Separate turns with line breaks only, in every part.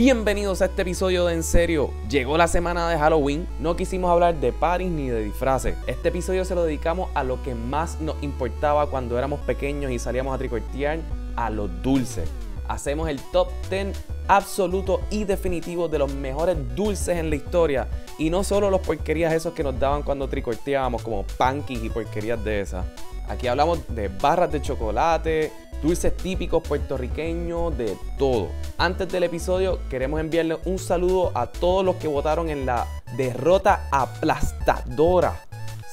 Bienvenidos a este episodio de En Serio. Llegó la semana de Halloween, no quisimos hablar de paris ni de disfraces. Este episodio se lo dedicamos a lo que más nos importaba cuando éramos pequeños y salíamos a tricortear, a los dulces. Hacemos el top 10 absoluto y definitivo de los mejores dulces en la historia. Y no solo los porquerías esos que nos daban cuando tricorteábamos, como pancakes y porquerías de esas. Aquí hablamos de barras de chocolate, dulces típicos puertorriqueños, de todo. Antes del episodio, queremos enviarle un saludo a todos los que votaron en la derrota aplastadora.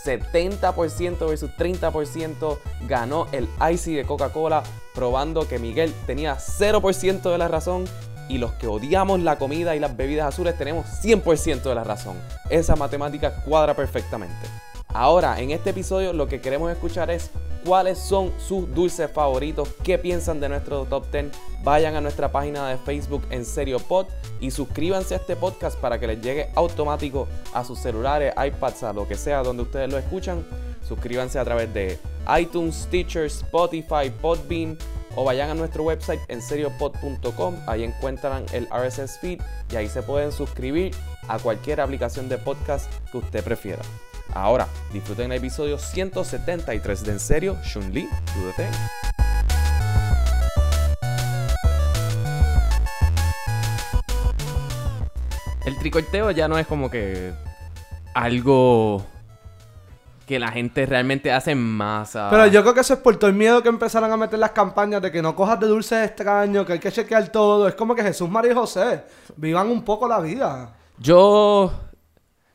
70% versus 30% ganó el Icy de Coca-Cola, probando que Miguel tenía 0% de la razón y los que odiamos la comida y las bebidas azules tenemos 100% de la razón. Esa matemática cuadra perfectamente. Ahora, en este episodio lo que queremos escuchar es cuáles son sus dulces favoritos, qué piensan de nuestro top 10. Vayan a nuestra página de Facebook en Serio Pod y suscríbanse a este podcast para que les llegue automático a sus celulares, iPads, a lo que sea donde ustedes lo escuchan. Suscríbanse a través de iTunes, Teacher, Spotify, Podbean o vayan a nuestro website en seriopod.com. Ahí encuentran el RSS feed y ahí se pueden suscribir a cualquier aplicación de podcast que usted prefiera. Ahora, disfruten el episodio 173 de En Serio, Shun Lee, do the thing. El tricorteo ya no es como que algo que la gente realmente hace en masa.
Ah.
Pero yo creo que eso es por todo el miedo que empezaron a meter las campañas de que no cojas de dulces extraños, que hay que chequear todo. Es como que Jesús, María y José vivan un poco la vida.
Yo.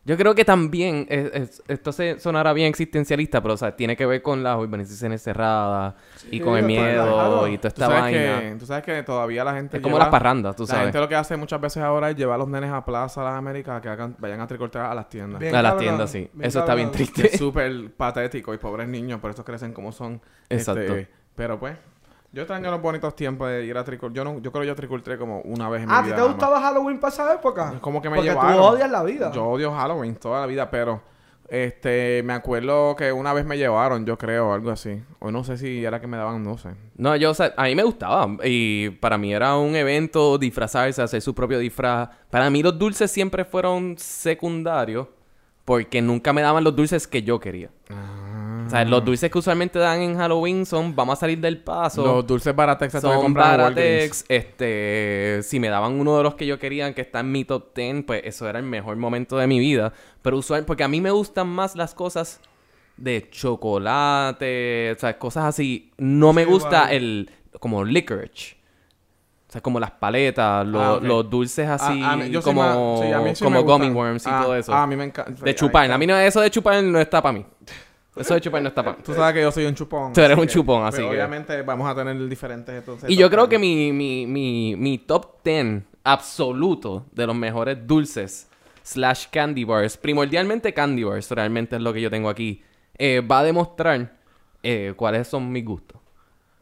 Yo creo que también. es- es- esto se sonará bien existencialista, pero o sea, tiene que ver con las urbanizaciones cerradas y con el
pues,
miedo
claro.
y toda
Tú
esta
sabes
vaina.
Que, tú sabes que todavía la gente.
Es como
lleva-
las parrandas, tú
La
sabes.
gente lo que hace muchas veces ahora es llevar a los nenes a plaza a las Américas que hagan- vayan a tricotar a las tiendas.
Bien
A las
cabrón,
tiendas, sí.
bien
Eso está bien
cabrón.
triste.
Que Es súper patético y pobres niños, por eso crecen como son.
Exacto.
Este, pero pues, yo extraño los bonitos tiempos de ir a tricotar. Yo, no, yo creo que yo tricoté como una vez en
Ah, ¿a ti
mi vida.
te
nada más.
gustaba Halloween para esa época?
Es como que me
Porque
llevaron.
tú odias la vida.
Yo odio Halloween toda la vida, pero este me acuerdo que una vez me llevaron, yo creo, o algo así. O no sé si era que me daban, no sé.
No, yo, o sea, a mí me gustaba. Y para mí era un evento disfrazarse, hacer su propio disfraz. Para mí los dulces siempre fueron secundarios porque nunca me daban los dulces que yo quería. O sea,
Ah.
los dulces que usualmente dan en Halloween son vamos a salir del paso.
Los dulces baratex que tuve que
son
comprar en Walgreens.
Baratex, este, si me daban uno de los que yo quería que está en mi top 10, pues eso era el mejor momento de mi vida, pero usual porque a mí me gustan más las cosas de chocolate, o sea, cosas así, no me
Sí,
gusta
igual.
el como licorice. O sea, como las paletas, lo-
Ah, ok.
los dulces así,
A- a mí- yo soy
como,
más- sí, a mí sí
como
me
gummy
gustan.
worms y
Ah,
todo eso.
ah, a mí me encanta.
de
Ahí
chupar.
está.
A mí no, eso de chupar no está para mí. Eso de chupar no está para mí.
Tú sabes que yo soy un chupón.
Tú eres
así
un
que-
chupón, así
pero
que-
Obviamente vamos a tener diferentes entonces.
Y yo
top
creo
ten.
que mi, mi, mi, mi top 10 absoluto de los mejores dulces slash candy bars, primordialmente candy bars, realmente es lo que yo tengo aquí, eh, va a demostrar eh, cuáles son mis gustos.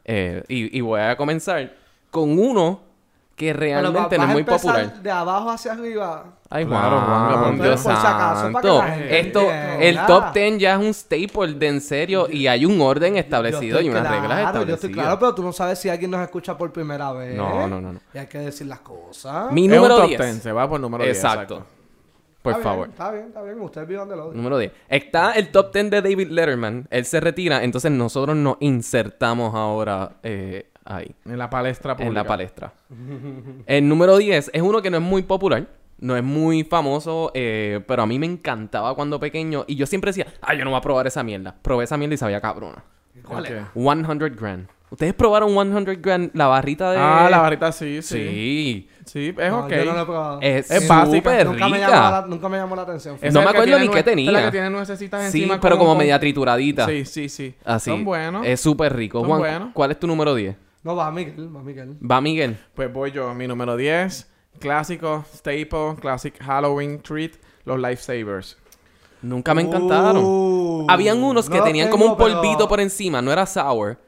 Eh, y, y voy a comenzar con uno que
Pero va-
realmente
vas
no
a
es muy
empezar
popular.
De abajo hacia arriba.
Ay,
Claro, Juan,
Juan,
Juan,
Dios
por si acaso, para que la
santo.
gente
Esto,
entienda.
el top 10 ya es un staple de en serio y hay un orden establecido
Yo
y
estoy
unas reglas
claro,
establecidas.
Yo estoy claro, pues, pero tú no sabes si alguien nos escucha por primera vez.
No, no, no, no.
Y hay que decir las cosas.
Mi
Es un
número
top
10.
10, se va por número 10.
exacto. Por
Está bien,
favor.
Está bien, está bien. Ustedes vivan de lo odio.
Número 10. Está el top 10 de David Letterman. Él se retira, entonces nosotros nos insertamos ahora eh, ahí,
En la palestra pública.
en la palestra. El número 10 es uno que no es muy popular, no es muy famoso, eh, pero a mí me encantaba cuando pequeño y yo siempre decía, ah, yo no voy a probar esa mierda. Probé esa mierda y sabía cabrona.
¿Cuál
Ok.
era?
100 grand. ¿Ustedes probaron 100 grand, la barrita de...
Ah, la barrita sí, sí.
Sí.
Sí, es
No,
ok.
Yo no lo he probado.
Es,
Es básica.
súper
nunca, me
rica.
llamó la, nunca me llamó la atención.
Esa
No
es
me
la que
acuerdo
tiene
ni qué
nue- esa es La
tenía.
que tiene nuececitas
Sí,
encima.
pero como
con-
media Ah, trituradita.
Sí, sí, sí.
Así.
Son buenos.
Es súper rico.
Son
Juan,
buenos.
¿cuál es tu número 10?
No, va Miguel, va Miguel.
Va Miguel.
Pues voy yo, mi número 10, clásico, staple, classic Halloween treat, los lifesavers.
Nunca me encantaron.
Uh,
Habían unos que
no los
tenían como un
tengo, pero-
polvito por encima. No era sour.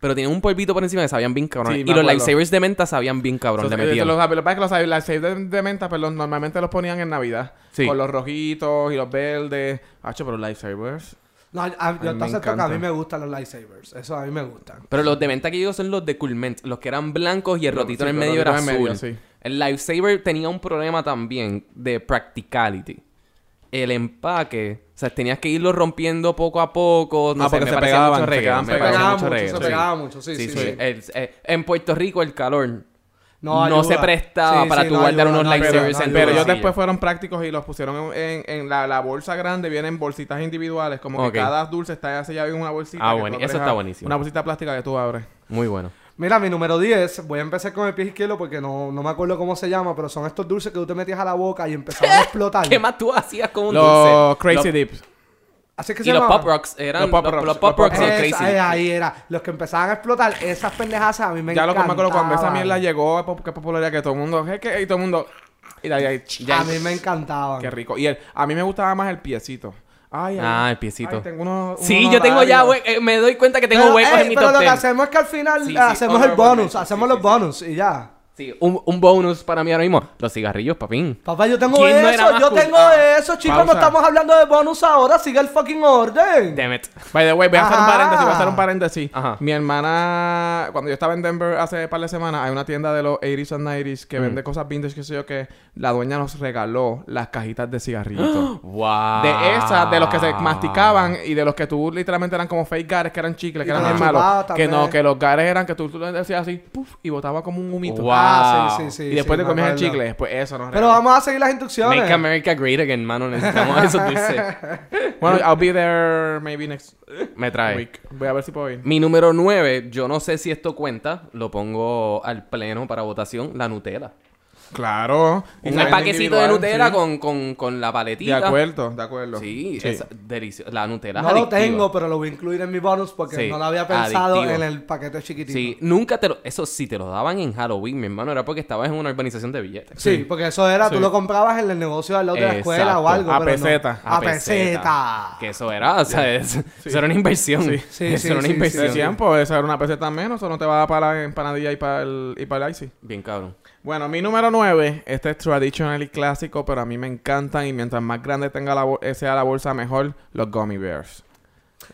Pero tenían un polvito por encima que sabían bien cabrón.
Sí,
y
me
los
acuerdo.
lightsabers de menta sabían bien cabrón.
Entonces,
le
eh,
metían.
Los, lo que pasa es que los lifesavers de, de menta, perdón, normalmente los ponían en Navidad.
Sí.
Con los rojitos y los verdes. Hacho, pero los lifesavers.
No, a- a, yo
me
te acepto que a
encanta.
mí me gustan los lightsabers. Eso a mí me gustan.
Pero los de menta que yo digo son los de Coolment. Los que eran blancos y el rotito en el medio era azul.
sí.
El lifesaver tenía un problema también de practicality. El empaque, o sea, tenías que irlo rompiendo poco a poco. No
Ah,
sé,
porque
me
se
parecía
pegaban,
mucho
se
reggae,
quedaban
me
Se
pegados.
parecía
pegaba
mucho
mucho,
parece
reggae,
se
sí.
pegaba mucho, sí, sí,
Sí, sí.
sí.
El- eh, en Puerto Rico el calor
No
no,
ayuda.
se prestaba
Sí,
para
sí,
tú
no
guardar
ayuda,
unos
no ayuda,
lightsabers
no
en
ayuda.
tu
Pero ellos
bolsillo.
después fueron prácticos y los pusieron en, en- en la, la bolsa grande. Vienen bolsitas individuales. Como
Ok.
que cada dulce está sellado en una bolsita.
Ah,
que tú
bueno,
lo
eso
dejas-
está buenísimo.
Una bolsita plástica que tú abres.
Muy bueno.
Mira, mi número 10, voy a empezar con el pie izquierdo porque no, no me acuerdo cómo se llama, pero son estos dulces que tú te metías a la boca y empezaban a explotar.
¿Qué más tú hacías con un
Los
dulce?
Crazy Dips.
Así es que
Y
se
los
llamaba.
Pop Rocks eran
Los
los
Pop
Pop
Rocks,
Rocks,
los Pop Rocks.
son
Esa-
Crazy
eh,
Dips.
ahí era. Los que empezaban a explotar, esas pendejas a mí me
Ya lo que me acuerdo cuando esa
encantaban.
mierda llegó a pop- qué popularidad que todo el mundo. Es que y todo el mundo. Y de ahí, ahí,
A mí me encantaban.
Qué rico. Y el, a mí me gustaba más el piecito. Ay, ay,
Ah, el piecito.
ay, tengo unos-
Sí,
unos
yo tengo ya
horarios.
hue- eh, me doy cuenta que tengo
pero,
huecos
eh,
ey,
en mi
pero
top
lo que
10.
hacemos es que al final eh,
Sí, sí,
hacemos el
honorable
bonus,
mention,
hacemos
sí,
los
sí,
bonus y ya.
Sí, un, un bonus para mí ahora mismo. Los cigarrillos, papín.
Papá, yo tengo
¿Quién no era
eso,
más
yo
cool?
tengo
Ah,
eso, chicos, no
pausa.
estamos hablando de bonus ahora, sigue el fucking orden.
Damn it.
By the way, voy a hacer un
Ajá.
paréntesis, voy a hacer un paréntesis.
Ajá.
Mi hermana, cuando yo estaba en Denver hace par de semanas, hay una tienda de los 80s and 90s
Mm.
que vende cosas vintage, que sé yo, que la dueña nos regaló las cajitas de cigarrillitos.
Wow.
De esas, de los que se masticaban y de los que tú literalmente eran como fake gares, que eran chicles, que
Y
eran
te
bien
los
malos.
chupabas
Que no,
también.
que los gares eran que tú, tú le decías así, puff, y botaba como un humito.
Wow.
Ah, sí, sí, sí.
Y después
sí,
te
me
comías el
acuerdo.
chicle, después eso nos
Pero
regaló.
vamos a seguir las instrucciones.
Make America Great Again, mano. Necesitamos esos dulces.
Bueno, I'll be there maybe next
Me trae.
week. Voy a ver si puedo ir.
Mi número 9, yo no sé si esto cuenta, lo pongo al pleno para votación, la Nutella.
Claro. Y
Un
se venden
paquecito de
individual,
Nutella
sí.
con, con, con la
De
paletita.
acuerdo, de acuerdo.
Sí, es delicioso. La Nutella es
No lo
adictiva.
tengo, pero lo voy a incluir en mi bonus porque
Sí,
no lo había pensado
adictivo.
en el paquete chiquitito.
Sí,
Sí,
nunca te lo... Eso sí, te lo daban en Halloween, mi hermano. Era porque estabas en una urbanización de billetes.
porque eso era,
Sí.
tú lo comprabas en el negocio al lado de la escuela
Exacto,
o algo.
a
pero no.
peseta.
A peseta.
Que eso era, o sea, es- eso era una inversión.
Sí,
eso
sí,
era una
sí,
inversión.
De tiempo, esa era una peseta menos, eso no te va a dar para la empanadilla y para el, y para el icy.
Bien cabrón.
Bueno, mi número 9, este es traditional y clásico, pero a mí me encantan y mientras más grande tenga la bol- eh, sea la bolsa, mejor los gummy bears.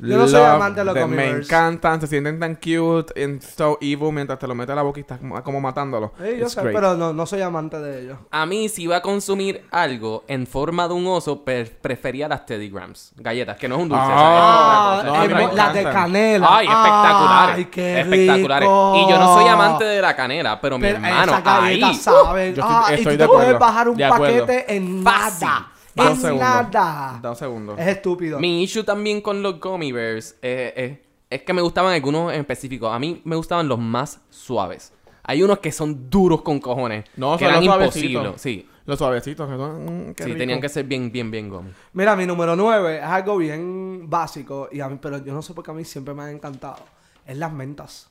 Yo no soy
Love
amante de los
them.
gummy
Me
bears.
encantan, se sienten tan cute and so evil mientras te lo metes a la boca y estás como, como matándolo.
Sí, yo
It's
sé,
great.
pero no, no soy amante de ellos.
A mí, si iba a consumir algo en forma de un oso, pre- prefería las Teddy Grams. Galletas, que no es un dulce. o sea,
Ah,
es otra
no,
cosa.
a
eh,
mí me
mo- las de
encantan.
canela.
Ay, espectaculares.
Ay, qué
espectaculares.
rico.
Y yo no soy amante de la canela, pero,
Pero
eh,
mi hermano,
esas galletas
ahí.
saben.
yo estoy-
ah,
estoy
y tú
de
te puedes
acuerdo,
bajar un
de acuerdo.
paquete en
Fácil.
nada.
Da un
en
segundo,
nada.
Da un segundo.
Es estúpido.
Mi issue también con los gummy bears eh, eh, es que me gustaban algunos en específico. A mí me gustaban los más suaves. Hay unos que son duros con cojones.
No,
que
son
eran
los suavecitos.
imposibles. Sí,
Los suavecitos, que son... mm, qué
sí
rico.
tenían que ser bien, bien, bien gummy.
Mira, mi número 9 es algo bien básico, y a mí, pero yo no sé por qué a mí siempre me han encantado. Es las mentas.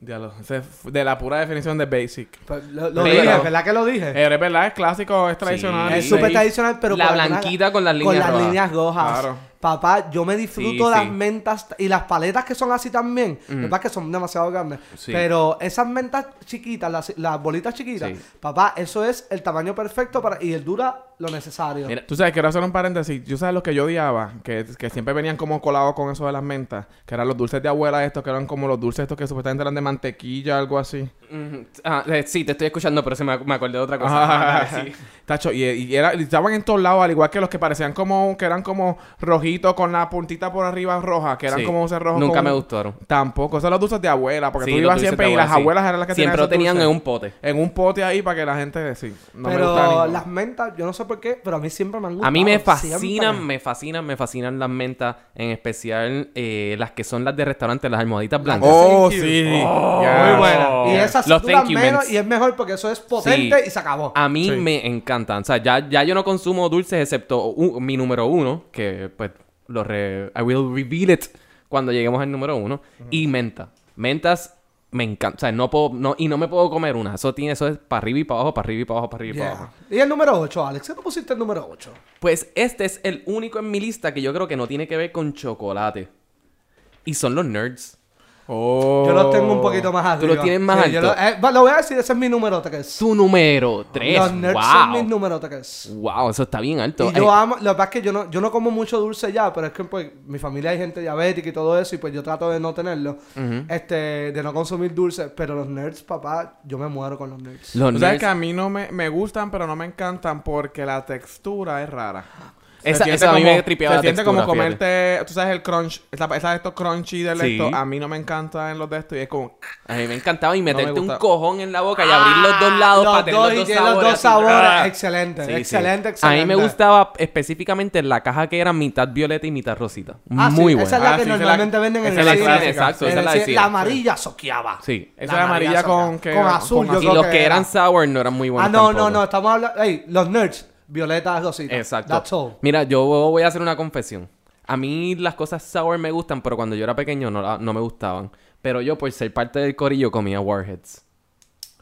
Diablo, ese f- De la pura definición de basic.
Pues, Lo, lo
Pero-
dije, ¿verdad que lo dije?
Eh, Es verdad, es clásico, es tradicional.
Ah, sí.
es súper
tradicional.
tradicional, pero...
La
por alguna-
blanquita con las líneas
Con las
rojas.
líneas rojas.
Claro.
Papá, yo me disfruto
Sí,
las
sí. Mm.
mentas y las paletas que son así también. Lo que pasa es que son demasiado grandes.
Sí.
Pero esas mentas chiquitas, las, las bolitas chiquitas,
Sí.
papá, eso es el tamaño perfecto para y el dura lo necesario.
Mira,
Tú sabes, quiero hacer un paréntesis. Yo sabes lo que yo odiaba, que, que siempre venían como colados con eso de las mentas, que eran los dulces de abuela estos, que eran como los dulces estos que supuestamente eran de mantequilla, algo así.
Mm, ah, eh, sí, te estoy escuchando, pero se me, ac- me acordé de otra cosa. Ah,
Ajá.
dale, sí.
Tacho, y, y era- y estaban en todos lados, al igual que los que parecían como, que eran como rojitos con la puntita por arriba roja, que eran
Sí.
como ese rojo.
Nunca
con-
me gustaron.
Tampoco, esos son los dulces de abuela, porque
Sí,
tú
los
ibas
dulces
siempre
de
y
abuela,
las
sí.
abuelas eran las que
Siempre lo tenían
tenían
en
esos
un pote.
dulces. En un pote ahí para que la gente decía. No me gusta
pero
ninguno.
las mentas, yo no sé por qué, pero a mí siempre me han gustado.
A mí me
siempre.
fascinan, me fascinan, me fascinan las mentas, en especial eh, las que son las de restaurante, las almohaditas blancas.
Oh,
Thank you.
sí.
Muy
Yes.
buena. Y esas
Los
duran
thank you
menos
mints.
y es mejor porque eso es potente
Sí. Ah,
y se acabó.
A mí
Sí.
me encantan. O sea, ya, ya yo no consumo dulces excepto u- mi número uno, que pues lo re- I will reveal it cuando lleguemos al número uno. Y menta. Mentas me encantan. O sea, no puedo, no, y no me puedo comer una. Eso tiene, eso es para arriba y para abajo, para arriba y para abajo, para arriba y
Yeah.
para abajo.
Y el número 8, Alex, ¿qué tú pusiste el número 8?
Pues este es el único en mi lista que yo creo que no tiene que ver con chocolate. Y son los nerds.
Oh.
Yo los tengo un poquito más
Tú
arriba.
los tienes más
yo
alto.
lo- eh, va, lo voy a decir, ese es mi número 3.
Su número 3.
Los nerds son mis
wow.
número 3.
Wow, eso está bien alto.
Y
Eh,
yo amo, lo que pasa es que yo no, yo no como mucho dulce ya, pero es que pues mi familia hay gente diabética y todo eso, y pues yo trato de no tenerlo, este, de no consumir dulce, pero los nerds, papá, yo me muero con los nerds.
los
Tú sabes que
nerds.
a mí no me, me gustan, pero no me encantan porque la textura es rara. Se
Esa-
siente
esa a mí me
como-
tripeaba
Se
la
siente como
textura, fíjate.
comerte, tú sabes, el crunch, esa, esa de estos crunchy del
Sí.
esto, a mí no me encantan los de estos y es como...
A mí me encantaba y meterte un
gusta.
cojón en la boca y abrir los dos lados para tener los
y
dos
tiene
sabores.
Ah, los dos
así. ¡Ah!
sabores. Excelente,
Sí, sí.
excelente,
A
excelente.
mí me gustaba específicamente en la caja que era mitad violeta y mitad rosita.
Ah, sí,
Muy buena.
Esa es la
Ah,
que
sí, esa es la-
normalmente venden en el
esa
es la
cine.
clásica, exacto,
En
esa
el
es la de
cine,
cine.
La amarilla soqueaba.
Sí.
Esa es amarilla
soqueaba.
con que-
Con azul,
con
yo
Y
creo
los que eran
era.
sour no eran muy buenos.
Ah, no,
tampoco.
no, no, estamos hablando... Ey, los nerds, violeta, rosita.
Exacto.
That's all.
Mira, yo voy a hacer una confesión. A mí las cosas sour me gustan, pero cuando yo era pequeño no, la- no me gustaban. Pero yo, por ser parte del corillo, comía Warheads.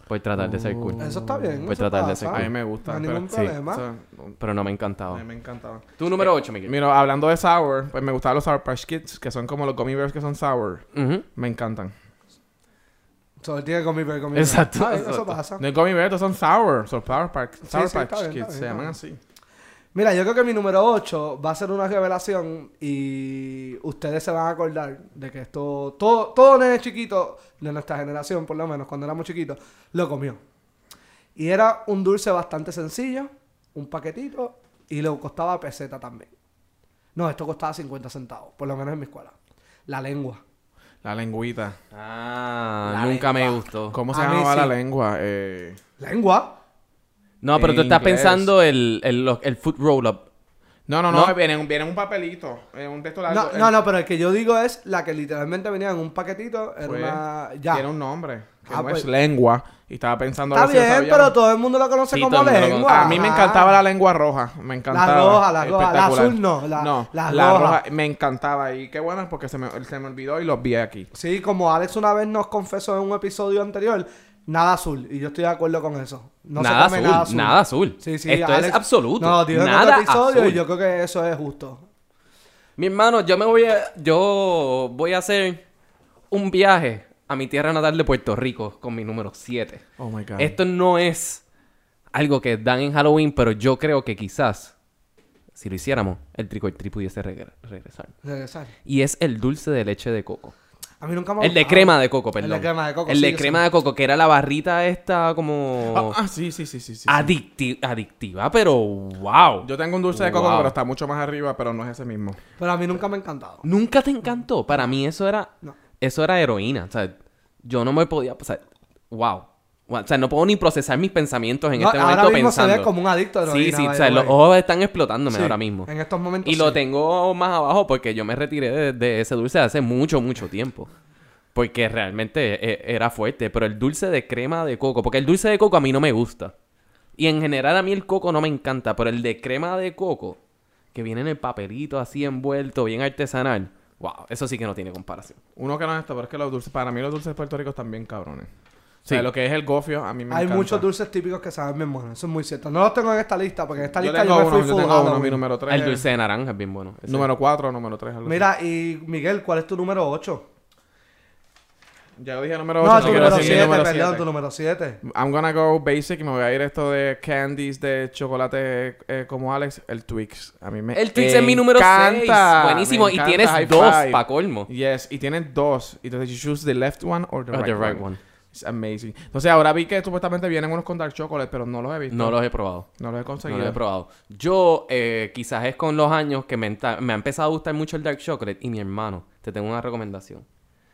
Por tratar de ser cool.
Oh, Eso está bien.
Pues
eso
tratar de
pasa.
ser
A mí me gustan.
Ah, No hay ningún
pero-
problema.
eso-
Pero no me
a mí
encantaba.
me encantaban.
Tu número 8, Miguel.
Mira, hablando de sour, pues me gustaban los Sour Patch Kids, que son como los gummy bears que son sour.
Ujú.
Me encantan.
Sobre tiene que comer, pero comer.
Exacto,
Ah,
exacto.
Eso pasa.
No es gummy bears, estos son sour. Son Sour Patch, sour
sí,
Patch
está bien,
Kids,
está
se
bien,
llaman
está
así.
Mira, yo creo que mi número 8 va a ser una revelación y ustedes se van a acordar de que esto, todo, todo nene chiquito de nuestra generación, por lo menos cuando éramos chiquitos, lo comió. Y era un dulce bastante sencillo, un paquetito, y lo costaba peseta también. No, esto costaba 50 centavos, por lo menos en mi escuela. La lengua.
La lengüita.
Ah,
La
nunca me
lengua.
gustó.
¿Cómo se
A mí
llamaba la
sí.
lengua? Eh,
¿Lengua?
No, pero
En
tú estás
inglés.
pensando el, el, lo- el food roll up.
no, no, no,
¿No?
Viene, un, viene un papelito, eh, un texto largo.
No,
eh,
no, no, pero el que yo digo es la que literalmente venía en un paquetito, era
fue-
una... Ya.
pues, Tiene un nombre, que
Ah,
no
pues.
es lengua. Y estaba pensando... a
Está
ver si lo
bien,
sabíamos.
pero todo el mundo lo conoce
Sí, todo
como
el mundo lo
lengua.
conoce.
A mí me
Ajá.
encantaba la lengua roja, me encantaba.
roja, la roja, la
Espectacular.
azul no, la- la
la
roja.
roja. me encantaba y qué bueno porque se me, se me olvidó y los vi aquí.
Sí, como Alex una vez nos confesó en un episodio anterior, nada azul. Y yo estoy de acuerdo con eso. No se
nada,
come
azul, nada azul.
Sí, sí,
Esto es
Alex-
absoluto.
No, dijo en
nada
otro episodio
azul.
y yo creo que eso es justo.
Mi hermano, yo me voy a... Yo voy a hacer un viaje a mi tierra natal de Puerto Rico con mi número 7.
Oh my god.
Esto no es algo que dan en Halloween, pero yo creo que quizás, si lo hiciéramos, el trick or treat pudiese regre- regresar.
Regresar.
Y es el dulce de leche de coco.
A mí nunca me ha
El de
gustado.
crema de coco, perdón.
El de crema de coco.
El
sí,
de
yo
crema
sé.
de coco, que era la barrita esta como...
Ah, ah, sí, sí, sí, sí, sí.
adicti- adictiva, pero wow.
Yo tengo un dulce de coco,
Wow.
pero está mucho más arriba, pero no es ese mismo.
Pero a mí nunca me ha encantado.
Nunca te encantó. Para mí eso era.
No.
Eso era heroína. O sea, yo no me podía. O sea, wow. O sea, no puedo ni procesar mis pensamientos en
No,
este momento
ahora mismo
pensando.
se ve como un adicto de
sí,
heroína,
sí,
by
o sea,
the
los
way.
ojos están explotándome
Sí,
ahora mismo.
En estos momentos.
Y lo
sí.
tengo más abajo porque yo me retiré de, de ese dulce hace mucho, mucho tiempo. Porque realmente eh, era fuerte. Pero el dulce de crema de coco, porque el dulce de coco a mí no me gusta. Y en general a mí el coco no me encanta, pero el de crema de coco, que viene en el papelito así envuelto, bien artesanal. Wow, eso sí que no tiene comparación.
Uno que no es esto, pero es que los dulces, para mí los dulces de Puerto Rico están bien cabrones. O sea,
Sí.
lo que es el gofio, a mí me
Hay
encanta.
muchos dulces típicos que saben bien buenos. Eso es muy cierto. No los tengo en esta lista porque en esta
Yo
lista
tengo
yo me
uno,
fui
yo
full
tengo uno,
Halloween.
mi número 3.
El dulce de naranja es bien bueno. Ese.
Número 4, número 3.
Mira, y Miguel, ¿cuál es tu número 8?
Ya dije número 8.
No, tu número 7,
siete.
perdón, tu número 7.
I'm gonna go basic y me voy a ir esto de candies de chocolate eh, como Alex, el Twix. A mí me
El Twix es mi número
encanta,
6.
me
Buenísimo. Y
encanta,
tienes
high
dos
five.
pa' colmo.
Yes, y tienes dos. Y Entonces, you choose the left one or the,
Or
right,
the right
one.
one.
It's amazing. Entonces, ahora vi que supuestamente vienen unos con dark chocolate, pero no los he visto.
No los he probado.
No los he
No
conseguido.
lo he probado. Yo, eh, quizás es con los años que me, enta- me ha empezado a gustar mucho el dark chocolate. Y mi hermano, te tengo una recomendación.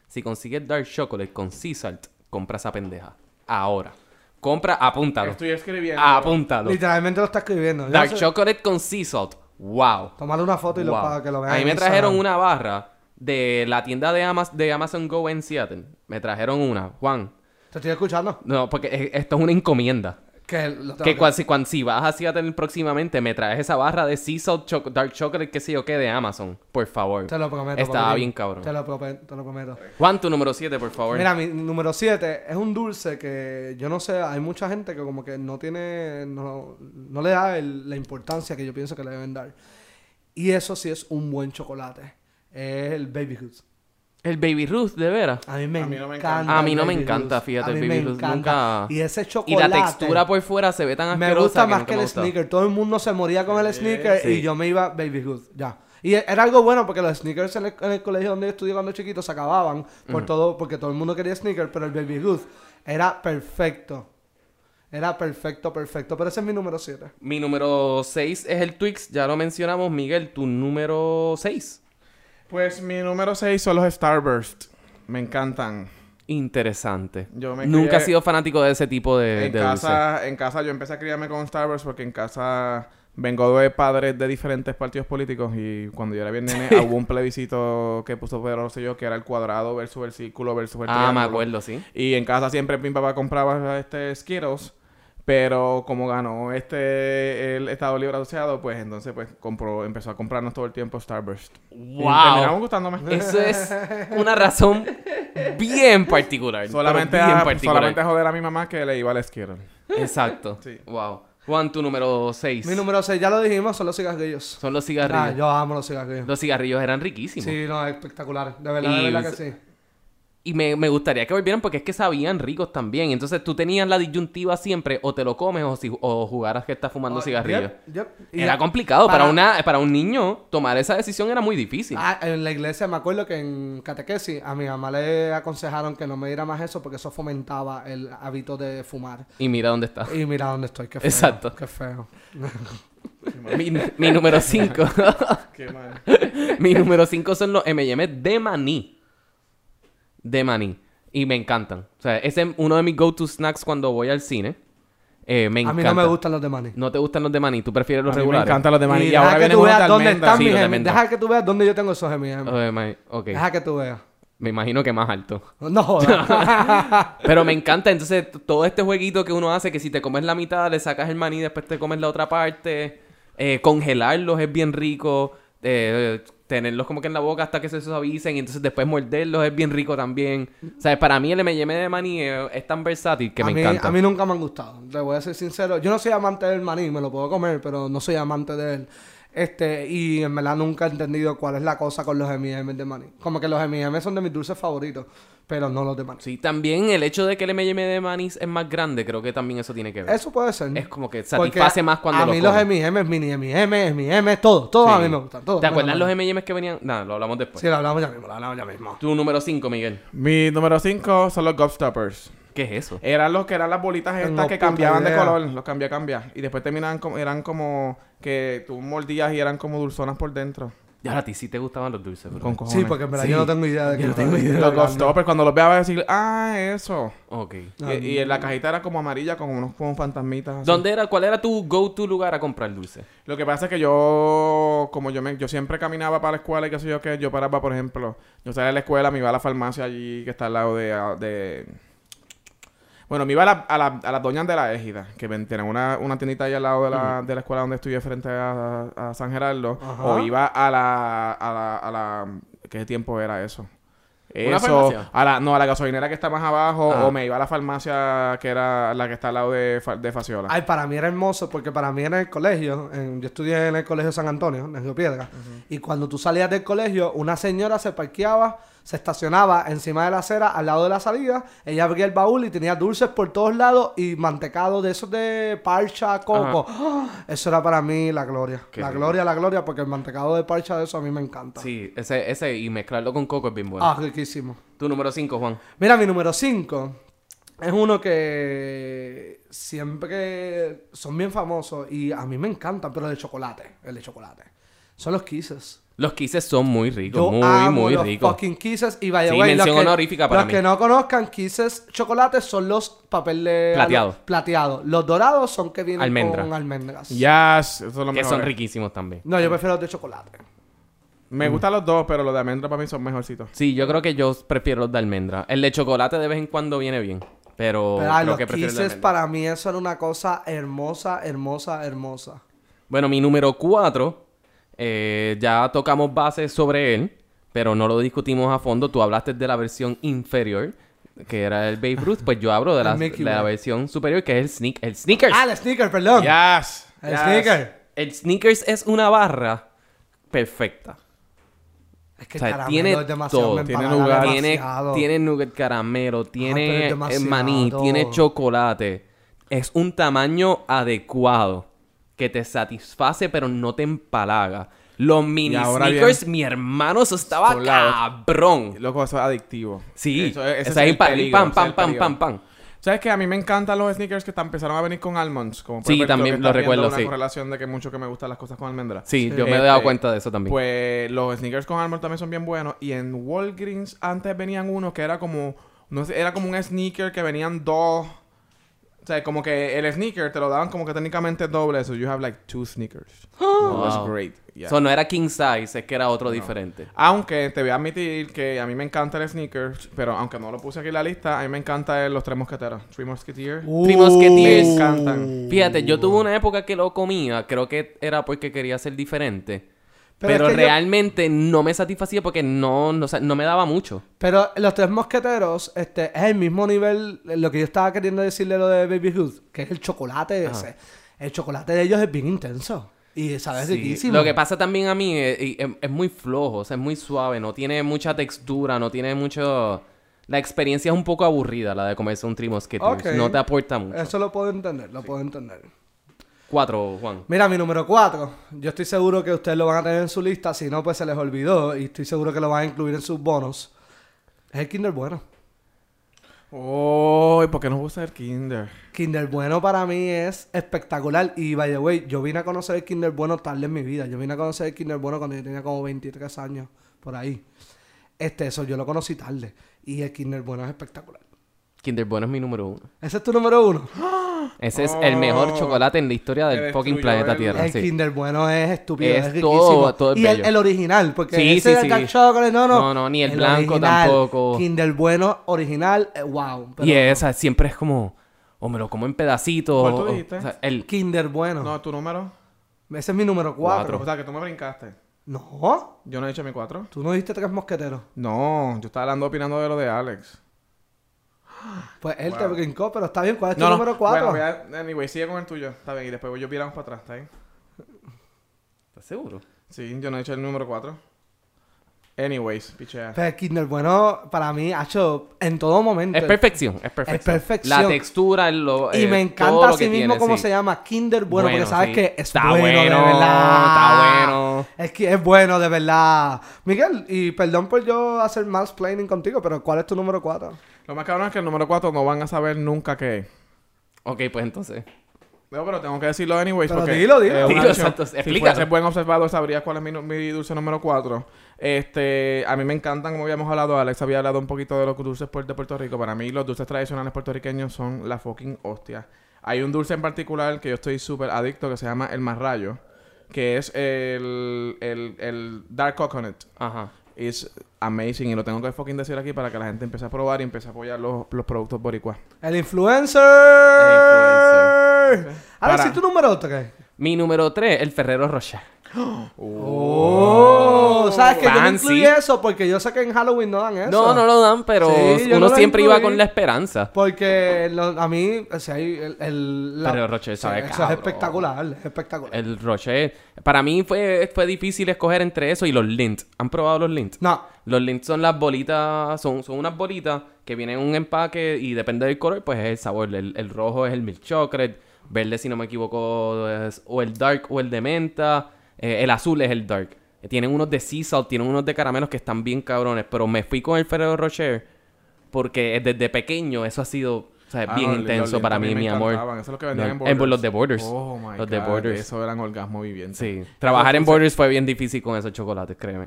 Si consigues dark chocolate con sea salt, compra esa pendeja. Ahora. Compra, apúntalo.
Estoy escribiendo.
Ah, Apúntalo.
Literalmente lo está escribiendo.
Dark
Dark
chocolate con sea salt. Wow.
Tomarle una foto y lo,
Wow.
para que lo vean.
A mí
en
me
Instagram.
trajeron una barra de la tienda de, Amaz- de Amazon Go en Seattle. Me trajeron una. Juan.
Te estoy escuchando.
No, porque eh, esto es una encomienda.
Que lo tengo
Que
que-
cuan- si, cuan- si vas a Seattle próximamente, me traes esa barra de Sea Salt Choc- Dark Chocolate, qué sé yo qué, de Amazon, por favor.
Te lo prometo.
Estaba
papi.
bien cabrón.
Te lo, prope- te lo prometo.
Juan, tu número 7, por favor.
Mira, mi número 7 es un dulce que yo no sé, hay mucha gente que como que no tiene, no, no le da el- la importancia que yo pienso que le deben dar. Y eso sí es un buen chocolate. Es el Baby Goods.
El Baby Ruth, de veras.
A mí me
A mí no me
encanta.
encanta. A mí no
el
me
Baby
encanta,
Ruth.
fíjate,
A mí
el
me
Baby Ruth
encanta.
nunca-
Y ese
Y
chocolate.
la textura pues, por fuera se ve tan
Me
asquerosa
gusta más
no
que, el
me gusta.
sneaker. Todo el mundo se moría con el sneaker
Sí.
y yo me iba Baby Ruth. Ya. Y e- era algo bueno porque los sneakers en el, en el colegio donde yo estudié cuando chiquito se acababan por todo, porque todo el mundo quería sneakers, pero el Baby Ruth era perfecto. Era perfecto, perfecto. Pero ese es mi número 7.
Mi número 6 es el Twix, ya lo mencionamos. Miguel, tu número 6.
Pues mi número 6 son los Starburst. Me encantan.
Interesante.
Yo me
Nunca
crié-
he sido fanático de ese tipo Eh, de,
en
de dulce.
casa, en casa yo empecé a criarme con Starburst porque en casa vengo de padres de diferentes partidos políticos y cuando yo era bien nene hubo un plebiscito que puso Pedro Rosselló que era el cuadrado versus el círculo versus el
Ah, me
triángulo.
acuerdo, sí.
Y en casa siempre mi papá compraba este Skittles, pero como ganó este el Estado Libre Asociado, pues entonces pues compró, empezó a comprarnos todo el tiempo Starburst. Y terminamos
¡Wow!
gustándome.
Eso es una razón bien particular.
solamente,
pero bien
a,
particular.
solamente a joder a mi mamá que le iba al Skittles.
Exacto.
Sí.
Wow. Juan, tu número 6.
Mi número 6, ya lo dijimos, son los cigarrillos.
Son los
Ah,
cigarrillos.
yo amo los cigarrillos.
Los cigarrillos eran riquísimos.
Sí, no, espectacular. De verdad,
Y-
de verdad que sí.
Y me, me gustaría que volvieran porque es que sabían ricos también. Entonces tú tenías la disyuntiva siempre o te lo comes o, si, o jugaras que estás fumando cigarrillos.
Oh, Yep, yep. Ah, Y-
Era complicado. Para,
para-
una, para un niño tomar esa decisión era muy difícil.
Ah, en la iglesia me acuerdo que en catequesis a mi mamá le aconsejaron que no me diera más eso porque eso fomentaba el hábito de fumar.
Y mira dónde está.
Y mira dónde estoy, qué feo.
Ah. Exacto.
Qué feo.
Mi, mi número 5.
Qué mal.
mi número 5 son los M&M de maní. De maní. Y me encantan. O sea, ese es uno de mis go-to snacks cuando voy al cine. Eh, me
a mí
encanta.
no me gustan los de maní.
No te gustan los de maní, tú prefieres los
A mí me
regulares.
encantan los de maní. Y,
deja
ahora
que
vienen
tú
unos de
veas dónde
almendra.
están
Sí,
mis
los de
gem-
almendra.
Deja que tú veas dónde yo tengo esos gemelos.
Oh, my- ok.
Deja que tú veas.
Me imagino que más alto.
No jodas.
Pero me encanta, entonces, t- todo este jueguito que uno hace, que si te comes la mitad, le sacas el maní, después te comes la otra parte. Eh, congelarlos es bien rico. Eh, tenerlos como que en la boca hasta que se suavicen y entonces después morderlos es bien rico también. O sea, para mí el M&M de maní eh, es tan versátil que
a,
me
mí,
encanta.
a mí nunca me han gustado. Te voy a ser sincero. Yo no soy amante del maní, me lo puedo comer, pero no soy amante de él. Este, y en verdad nunca he entendido cuál es la cosa con los M&M de maní. Como que los M&M son de mis dulces favoritos, pero no los de maní.
Sí, también el hecho de que el M&M de maní es más grande, creo que también eso tiene que ver.
Eso puede ser.
Es como que
Porque
satisface más cuando
A mí los
comes.
M&M, mini M&M, M&M, todo. Todo a
Sí.
mí me gustan. Todo,
¿Te acuerdas los
M&M?
M&M's que venían? Nada, lo hablamos después.
Sí, lo hablamos ya mismo, lo hablamos ya mismo.
Tu número 5, Miguel.
Mi número 5 son los Gobstoppers.
¿Qué es eso?
Eran los que eran las bolitas
Tengo
estas que
puta
cambiaban de
idea.
color, los cambia cambia y después terminaban como eran como que tú mordías y eran como dulzonas por dentro.
Y ahora a ti sí te gustaban los dulces, bro.
Con cojones.
Sí, porque en verdad yo no tengo idea de qué
Yo no
estaba
tengo idea
los
hablando.
Gobstoppers cuando los veas vas a decir, "Ah, eso."
Ok.
Ah,
y, y en la cajita era como amarilla con unos como fantasmitas. así.
¿Dónde era, ¿Cuál era tu go-to lugar a comprar dulces?
Lo que pasa es que yo, como yo me, yo siempre caminaba para la escuela y qué sé yo qué, yo paraba, por ejemplo, yo salía de la escuela, me iba a la farmacia allí que está al lado de... de- Bueno, me iba a, la- a, la- a las doñas de la Égida, que ven- tienen una, una tiendita ahí al lado de la, de la escuela donde estudié frente a, a San Gerardo,
Ajá.
o iba a la, a la, a la... ¿Qué tiempo era eso?
¿Una
Eso,
farmacia?
a la, no, a la gasolinera que está más abajo,
Ah.
o me iba a la farmacia que era la que está al lado de, Fa- de
Pues.
Faciola.
Ay, para mí era hermoso porque para mí era el colegio. en- yo estudié en el colegio San Antonio, en Río Piedra. Y cuando tú salías del colegio, una señora se parqueaba, se estacionaba encima de la acera, al lado de la salida. Ella abría el baúl y tenía dulces por todos lados y mantecado de esos de parcha, coco. ¡Ah! Eso era para mí la gloria.
Qué
la
rico.
gloria, la gloria, porque el mantecado de parcha de eso a mí me encanta.
Sí, ese, ese y mezclarlo con coco es bien bueno.
Ah, riquísimo.
Tu número 5, Juan.
Mira, mi número 5 es uno que siempre son bien famosos y a mí me encantan, pero el de chocolate, el de chocolate. Son los kisses.
Los kisses son muy ricos,
Yo
muy,
amo
muy
los
ricos.
fucking kisses y vaya
Sí,
way,
mención
los que,
honorífica para
los
mí.
que no conozcan kisses chocolates son los papeles
Plateados.
plateados. Los dorados son que vienen
Almendra.
con almendras.
Yes, eso es lo
Que son
mejor.
riquísimos también.
No, yo prefiero los de chocolate.
Mm.
Me gustan los dos, pero los de almendra para mí son mejorcitos.
Sí, yo creo que yo prefiero los de almendra. El de chocolate de vez en cuando viene bien. Pero,
Pero ah,
Oh, creo
los
que prefiero el de
kisses
almendra.
para mí eso era una cosa hermosa, hermosa, hermosa.
Bueno, mi número 4, ya tocamos bases sobre él, pero no lo discutimos a fondo. Tú hablaste de la versión inferior, que era el Babe Ruth, pues yo hablo de la,
El Milky
de la
Way.
versión superior, que es el, sneak, el Snickers.
Ah, el sneaker, perdón.
Yes.
El
yes.
sneaker.
El Snickers es una barra perfecta.
Es que
O sea,
el caramelo
tiene
es demasiado.
todo.
me
Tiene
empalaga
nougat.
Tiene,
demasiado.
tiene nugget caramelo,
pero es
tiene eh,
demasiado.
maní, tiene chocolate. Es un tamaño adecuado que te satisface, pero no te empalaga. Los mini
Y ahora
sneakers, mi hermano, eso estaba
Por lado.
cabrón.
Loco, eso es adictivo.
Sí,
Eso
o
es- ese es
sea,
el
impa-
peligro,
pam,
ese es
pam,
el
pam,
peligro.
pam, pam.
¿Sabes qué? A mí me encantan los sneakers que te empezaron a venir con almonds. Como puedes
Sí,
ver,
también
que
lo
estás viendo
recuerdo,
una
sí.
correlación de que mucho que me gustan las cosas con almendras.
Sí, yo me he
Este,
dado cuenta de eso también.
Pues los sneakers con almonds también son bien buenos. Y en Walgreens antes venían unos que era como... No sé, era como un sneaker que venían dos... O sea, como que el sneaker te lo daban como que técnicamente doble. So you have like two sneakers. It was
Wow.
great. Yeah.
So, no era king size, es que era otro diferente.
Aunque te voy a admitir que a mí me encanta el sneakers, pero aunque no lo puse aquí en la lista, a mí me encanta el- los tres mosqueteros. Three Musketeers.
Uh.
Three Musketeers.
Uh. Me encantan.
Fíjate, yo tuve una época que lo comía, creo que era porque quería ser diferente.
Pero
Pero,
es que yo-
realmente no me satisfacía porque no, no, o sea, no me daba mucho.
Pero los tres mosqueteros, este, es el mismo nivel, eh, lo que yo estaba queriendo decirle lo de Baby Hood, que es el chocolate ese. El chocolate de ellos es bien intenso. Y sabes
Sí.
Ah, riquísimo.
Lo que pasa también a mí es, y- eh, es- es muy flojo, o sea, es muy suave, no tiene mucha textura, no tiene mucho... La experiencia es un poco aburrida, la de comerse un Three Musketeers.
Ok.
No te aporta mucho.
Eso lo puedo entender, lo puedo entender.
Cuatro, Juan.
Mira, mi número 4. Yo estoy seguro que ustedes lo van a tener en su lista, si no, pues se les olvidó. Y estoy seguro que lo van a incluir en sus bonos. Es el Kinder Bueno.
Oh, ¿y por qué no gusta el Kinder?
Kinder Bueno para mí es espectacular. Y by the way, yo vine a conocer el Kinder Bueno tarde en mi vida. Yo vine a conocer el Kinder Bueno cuando yo tenía como 23 años, por ahí. Este, eso yo lo conocí tarde. Y el Kinder Bueno es espectacular.
Kinder Bueno es mi número uno.
Ese es tu número uno.
Ese es el mejor
Oh.
chocolate en la historia
Que
del fucking
destruyó
planeta
el-
Tierra.
El
sí.
Kinder Bueno es estúpido, es,
Es
riquísimo.
todo- todo es
y el,
bello.
el original, porque
Sí,
ese
sí,
del
sí.
Dark Chocolate, no, no.
No, no, ni el blanco tampoco.
Kinder Bueno original, eh, wow. pero
y esa siempre es como, o me lo como en pedacitos.
¿Cuál tú
o- o-
dijiste?
o sea, el
Kinder Bueno.
No, tu número.
Ese es mi número
O
4.
sea, que tú me brincaste.
No,
Yo no he dicho mi cuatro.
tú no diste tres mosqueteros.
No, yo estaba hablando opinando de lo de Alex.
Pues él te
Wow.
brincó, pero está bien. ¿Cuál es tu
no, no.
número 4?
Bueno, voy a- anyway, sigue con el tuyo. Está bien, y después voy- yo piramos para atrás, ¿está bien?
¿Estás seguro?
Sí, yo no he dicho el número 4. Anyways, pichea.
Pero el Kinder Bueno, para mí, ha hecho en todo momento.
Es perfección. Es
Es
perfección.
perfección.
La textura, lo, eh,
y me
todo
encanta
lo
a sí
que
mismo
tiene,
cómo
sí.
se llama Kinder Bueno,
Bueno,
porque sabes
sí.
que es
Está
bueno,
bueno,
de verdad.
está bueno.
Es que es bueno de verdad. Miguel, y perdón por yo hacer más planning contigo, pero ¿cuál es tu número 4?
Lo más cabrón es que el número 4 no van a saber nunca qué es.
Ok, pues entonces.
No, pero tengo que decirlo anyways.
Pero
porque,
dilo, dilo.
una
Dilo,
opción.
Santos,
Si
explícalo.
fuese buen observador, sabría cuál es mi, nu- mi dulce número 4. Este, a mí me encantan, como habíamos hablado, Alex había hablado un poquito de los dulces puer- de Puerto Rico. Para mí, los dulces tradicionales puertorriqueños son la fucking hostia. Hay un dulce en particular que yo estoy súper adicto que se llama el marrayo, que es el, el, el dark coconut.
Ajá.
Es amazing y lo tengo que fucking decir aquí para que la gente empiece a probar y empiece a apoyar los, los productos boricuas.
El influencer.
El influencer.
Ahora
Para.
sí, tu número 3.
Mi número tres, el Ferrero Rocher.
Oh, ¿sabes que yo no
Fancy.
incluí eso? Porque yo sé que en Halloween no dan eso.
No, no lo dan, pero
Sí, yo
uno
no lo
siempre iba
incluí.
con la esperanza.
Porque lo- a mí, o sea, hay el, el- la-
Pero Roche sabe
eso es
cabrón. Eh,
espectacular, es espectacular.
El Rocher. Para mí fue, fue difícil escoger entre eso y los Lint. ¿Han probado los Lint?
No,
Los lints son las bolitas, son, son unas bolitas que vienen en un empaque y depende del color, pues es el sabor. El, el rojo es el milk chocolate, verde, si no me equivoco, es o el dark o el de menta, eh, el azul es el dark. Eh, Tienen unos de sea salt, tienen unos de caramelos que están bien cabrones, pero me fui con el Ferrero Rocher porque desde pequeño eso ha sido o sea,
Ah,
bien
los- los
intenso
Lindt
para
a
mí,
me
mi amor.
encantaban. Eso es lo que vendían
No, eh,
en Borders.
por los de Borders.
Oh my
Los
God.
de Borders.
Eso eran orgasmo viviente.
Sí, trabajar en Borders fue bien difícil con esos chocolates, créeme.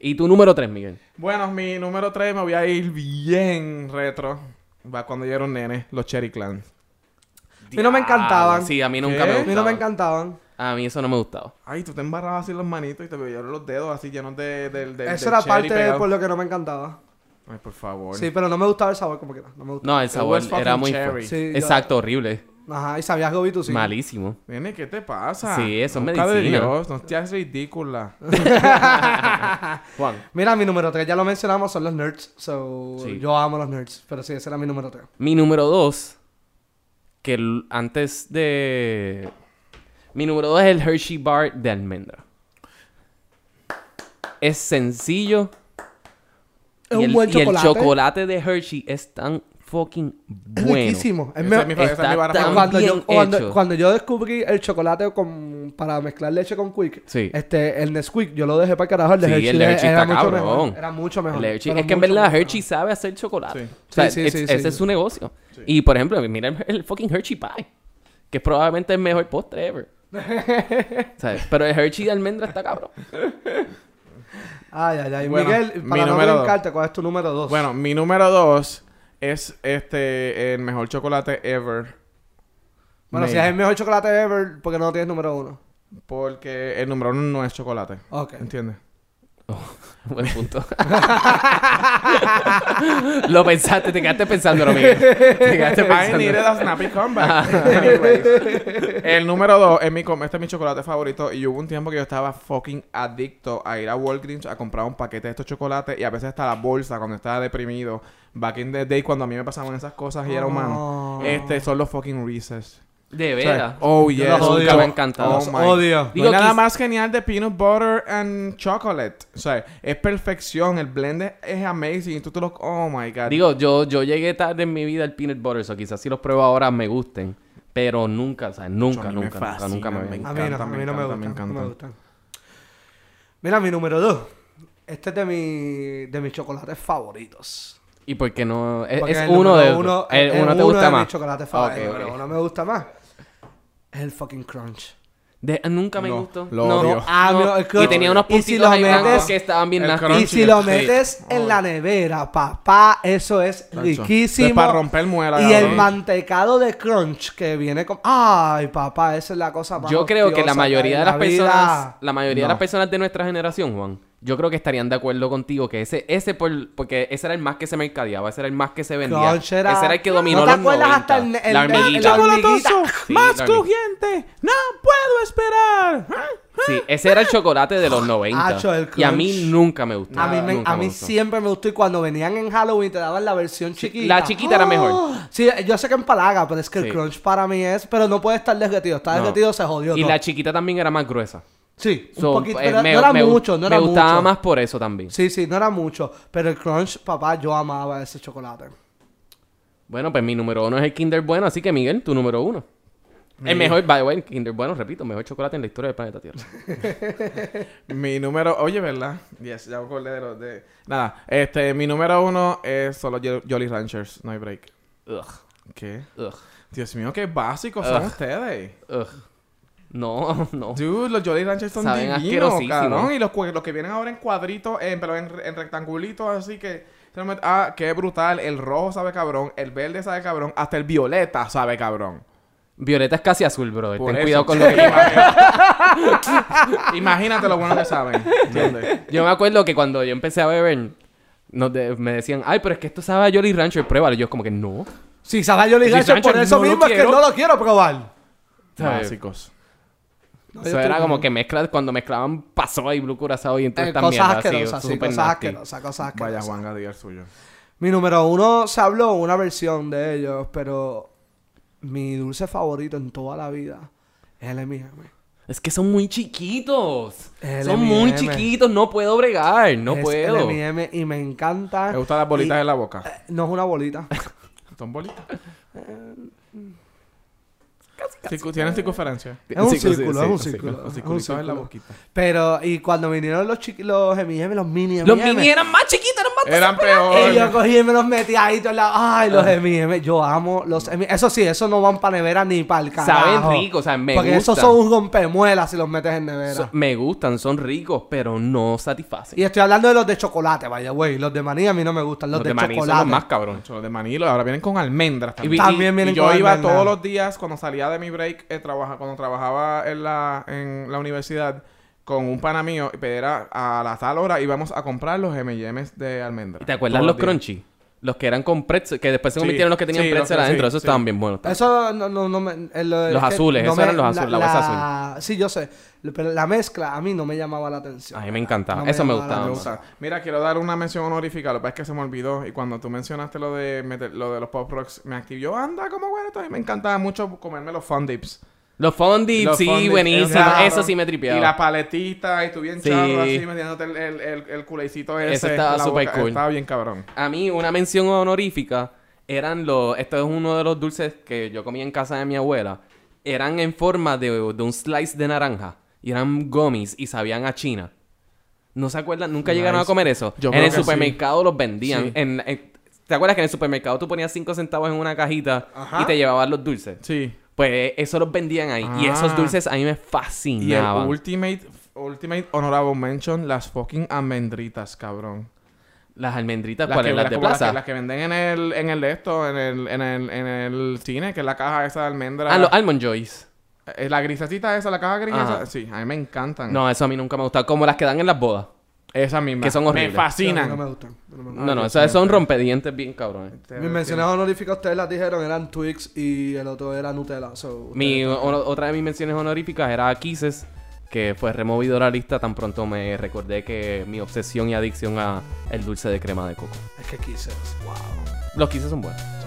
Y tu número 3, Miguel.
Bueno, mi número 3 me voy a ir bien retro. Va cuando yo era un nene, los Cherry Clans.
a mí no me encantaban.
Sí, a mí nunca
¿Qué?
me
a mí no me
gustaban.
encantaban.
A mí eso no me gustaba.
Ay, tú te embarrabas así los manitos y te pillaron los dedos así llenos de, del del-
eso
del
era
cherry
parte de
pegado.
por lo que no me encantaba.
Ay, por favor.
Sí, pero no me gustaba el sabor como quiera, no me gustaba.
No, el sabor
was
era
fucking
muy
cherry.
fuerte.
Sí, yo-
Exacto, horrible.
Ajá, y sabías Gobito, sí.
Malísimo.
Nene, ¿qué te pasa?
Sí, eso es
Boca de
medicina.
Dios, no te hagas ridícula.
Juan.
Mira, mi número 3, ya lo mencionamos, son los nerds. So,
Sí.
yo amo los nerds, pero sí, ese era mi número 3.
Mi número dos, que el- antes de... Mi número dos es el Hershey Bar de almendra. es sencillo.
Es
y
un
el,
buen
y el
chocolate.
chocolate de Hershey es tan fucking
Es
bueno.
riquísimo. Es
Esa
mejor-
es mi fa- esa es
Está
mi vara
tan-
favorita.
cuando, yo,
bien
cuando,
hecho.
cuando yo descubrí el chocolate con, para mezclar leche con Quick,
Sí.
este, el Nesquik, yo lo dejé para el carajo. El de
Sí,
Hershey,
el de Hershey
era,
está
mucho
cabrón.
mejor, era mucho
El
mejor.
Hershey-
pues, pero
Es que en
mucho
verdad
mejor.
Hershey sabe hacer chocolate.
Sí.
O sea,
Sí, sí,
it's-
sí,
ese
sí.
es su negocio. Y por ejemplo, mira el, el fucking Hershey Pie, que es probablemente el mejor postre ever. O sea, Pero el Hershey de almendra está cabrón.
Ay, ay, ay.
Bueno,
Miguel,
mi
para no
número dos.
brincarte, ¿cuál es tu número 2?
Bueno, mi número dos es este el mejor chocolate ever.
Bueno, si es
Made.
el mejor chocolate ever, porque no tienes número 1.
Porque el número uno no es chocolate.
Ok.
¿Entiendes?
Buen punto. lo pensaste, te quedaste pensándolo, Miguel. Te quedaste
I needed
pensándolo.
a snappy
Ah.
comeback. Anyways, el número dos es mi com- este es mi chocolate favorito y hubo un tiempo que yo estaba fucking adicto a ir a Walgreens a comprar un paquete de estos chocolates y a veces hasta la bolsa cuando estaba deprimido. Back in the day cuando a mí me pasaban esas cosas y era humano.
Oh.
Este son los fucking Reese's.
De
O sea,
veras.
Oh
Yo
yes.
los odio.
Nunca
Me encantaban.
Oh
Los
my
odio.
No
Digo,
hay nada
quiz-
más genial de peanut butter and chocolate. O sea, es perfección. El blend es- es amazing. Y tú te lo... Oh, my God.
Digo, yo, yo llegué tarde en mi vida al peanut butter, o quizás si los pruebo ahora me gusten. Pero nunca, o sea, nunca,
A mí me
nunca, nunca,
fascinan,
nunca me
me
ven.
A mí no,
encanta,
a
me
mí no me
encanta, me
gustan, no me
encanta.
gustan. Mira, mi número 2. Este es de, mi, de mis chocolates favoritos.
¿Y por qué no? Es,
Porque
es
el
uno de
número uno,
el-
es
uno te
uno
gusta
de
más.
mis chocolates
Ah, ok,
favoritos.
ok.
pero uno me gusta más. Es el fucking crunch.
De- nunca me
No,
gustó.
lo
no,
odio.
no,
Ah,
no.
no, el crunch.
Y tenía unos
Y si
puntitos
lo
ahí blancos
metes-
que estaban bien
el
nasty.
crunch.
Y si
sí,
lo
sí.
metes en la nevera, papá, eso es
Tacho,
riquísimo.
es para romper muela,
Y el
cabrón.
mantecado de crunch que viene con... Ay, papá, esa es la cosa más
Yo creo que la
hostiosa
mayoría de las
hay en la
personas,
vida.
la mayoría de
No.
las personas de nuestra generación, Juan, yo creo que estarían de acuerdo contigo que ese, ese por, porque ese era el más que se mercadeaba, ese era el más que se vendía.
Crunch era-
Ese era el que dominó
¿No te
los
acuerdas
90.
hasta el- el-
la
el-
hormiguita.
el-
¡Chocolatoso!
Sí,
¡Más
la hormiguita.
crujiente! ¡No puedo esperar!
Sí, ese era el chocolate de los 90.
Hacho, el
y a mí
crunch.
nunca me gustó.
A mí, me-
Nunca
a mí
gustó.
siempre me gustó y cuando venían en Halloween te daban la versión chiquita. ¡Oh!
la chiquita era mejor.
Sí, yo sé que empalaga, pero es que
Sí.
el crunch para mí es... Pero no puede estar desgatido. Está
No.
desgatido, se jodió
Y
todo.
la chiquita también era más gruesa.
Sí, un
So,
poquito,
eh,
pero
me-
no era
me gu-
mucho, no era
Me gustaba
mucho.
más por eso también.
Sí, sí, no era mucho. Pero el crunch, papá, yo amaba ese chocolate.
Bueno, pues mi número uno es el Kinder Bueno, así que Miguel, tu número uno. El mejor, by the way, el Kinder Bueno, repito, el mejor chocolate en la historia del planeta Tierra.
Mi número... Oye, ¿verdad? Yes, ya me acordé de los de... Nada. Este, mi número uno es solo Yo- Jolly Ranchers. No hay break.
Ugh,
¿Qué?
ugh,
Dios mío, qué básicos son
Ugh.
ustedes.
ugh. No, no.
Dude, los Jolly Ranchers son
Saben
divinos,
asquerosísimo.
cabrón. Y los, cu- los que vienen ahora en cuadritos, en, pero en, en rectangulitos, así que... se me- Ah, qué brutal. El rojo sabe cabrón, el verde sabe cabrón, hasta el violeta sabe cabrón.
Violeta es casi azul, bro.
Por
Ten
eso,
cuidado con
sí,
lo que...
imagínate. Imagínate lo bueno que saben. ¿Entiendes?
Yo me acuerdo que cuando yo empecé a beber, nos de- me decían, ay, pero es que esto sabe a Jolly Rancher, pruébalo. Yo como que no.
Sí, sabe yo le
Sí,
dije
Sancho,
por eso
no lo
mismo es que
quiero.
no lo quiero probar.
¿Sabes?
Básicos.
No, yo
Eso
estoy
era
bien.
como que mezcla cuando mezclaban pasoa y blue curazao y
Eh,
entonces
cosas
estas mierdas así,
asquerosas, sí,
súper
cosas
nasty.
asquerosas, cosas asquerosas.
Vaya Juan Gadía el suyo.
Mi número uno se habló una versión de ellos, pero mi dulce favorito en toda la vida es el M&M.
Es que son muy chiquitos.
El
son muy
M&M.
chiquitos, no puedo bregar, no
Es
puedo.
El M&M y me encanta.
Me gustan las bolitas
Y-
en la boca.
eh, No es una bolita.
¿Son bolitas? Eh, Circu- Tienen circunferencia.
Es un
Sí, sí,
círculo,
sí,
es un
sí.
círculo.
Los
es un
circulitos en la
círculo.
boquita.
Pero, y cuando vinieron los chiqui- los M&M, los mini M&M.
Los mini eran más chiquitos, eran más
Eran
Y yo
peores.
cogí y me los metí ahí todos lados. Ay,
Ah.
los M&M. Yo amo los M&M. Eso sí, esos no van para nevera ni para el carajo.
Saben rico, o sea, me
Porque esos
gustan.
son un rompemuelas si los metes en nevera.
So- me gustan, son ricos, pero no satisfacen.
Y estoy hablando de los de chocolate, vaya, güey. Los de maní a mí no me gustan. Los,
Los
de,
de maní son
chocolate.
los más cabrones.
Son Los de Manilo, ahora vienen con almendras también.
vi-
También
y-
vienen
Y yo
con
iba
almendra.
todos los días cuando salía de mi break, eh, trabaja, cuando trabajaba en la, en la universidad con un pana mío, y pedía a la tal hora íbamos a comprar los M&M's de almendra.
¿Y ¿Te acuerdas
Todos
los
días.
crunchy? Los que eran con pretzel, que después se
Sí,
convirtieron en los que tenían
sí, los
pretzel
que-
adentro,
sí,
esos
sí.
estaban bien buenos.
Eso no, no, no me. eh, lo- es que
azules,
no
esos
me-
eran los azules, la bolsa
azul. Sí, yo sé. Lo- Pero la mezcla a mí no me llamaba la atención.
A mí me encantaba,
No
eso me
llamaba
gustaba.
la
más.
Me gusta. Mira, quiero dar una mención honorífica, lo que pasa es que se me olvidó. Y cuando tú mencionaste lo de, meter- lo de los pop rocks, me activó, anda, como bueno, esto. Y me encantaba mucho comerme los fun dips.
Los Fondip,
Los
sí,
fondip,
buenísimo.
claro.
Eso sí me tripeaba.
Y la paletita, y tú bien
Sí.
charro, así, metiéndote el, el, el, el culecito ese.
Eso estaba
en la
súper
boca.
cool.
Estaba bien cabrón.
A mí, una mención honorífica eran los. Esto es uno de los dulces que yo comía en casa de mi abuela. Eran en forma de, de un slice de naranja. Y eran gummies y sabían a China. ¿No se acuerdan? Nunca llegaron a
Nice.
comer eso.
Yo
en
creo
el
que sí.
supermercado los vendían.
Sí.
En- en- ¿Te acuerdas que en el supermercado tú ponías 5 centavos en una cajita
Ajá.
y te llevaban los dulces?
Sí.
Pues eso los vendían ahí. Y esos
Ah.
dulces a mí me
Y el
fascinaban.
Ultimate, Ultimate Honorable Mention, las fucking almendritas, cabrón.
las almendritas,
Las
¿cuáles?
que-
Las
las
de
como las que-
plaza.
Las que venden en el, en el de esto, en el, en el, en el cine, que es la caja esa de almendras.
Ah, los Almond Joys.
Eh, La grisacita esa, la caja gris
Ajá.
esa. Sí, a mí me encantan.
No, eso a mí nunca me gustaba. Como las que dan en las bodas.
Esas mismas.
Que son horribles.
Me
No me
fascinan.
gustan. No me
No,
gustan.
no,
Dios
esas
mío.
son rompedientes bien cabrones.
Mis menciones honoríficas ustedes las dijeron, eran Twix y el otro era Nutella. so,
Mi,
ustedes-
o- otra de mis menciones honoríficas era Kisses, que fue removido de la lista tan pronto me recordé que mi obsesión y adicción a el dulce de crema de coco.
Es que quise. Wow.
Los Kisses son buenos.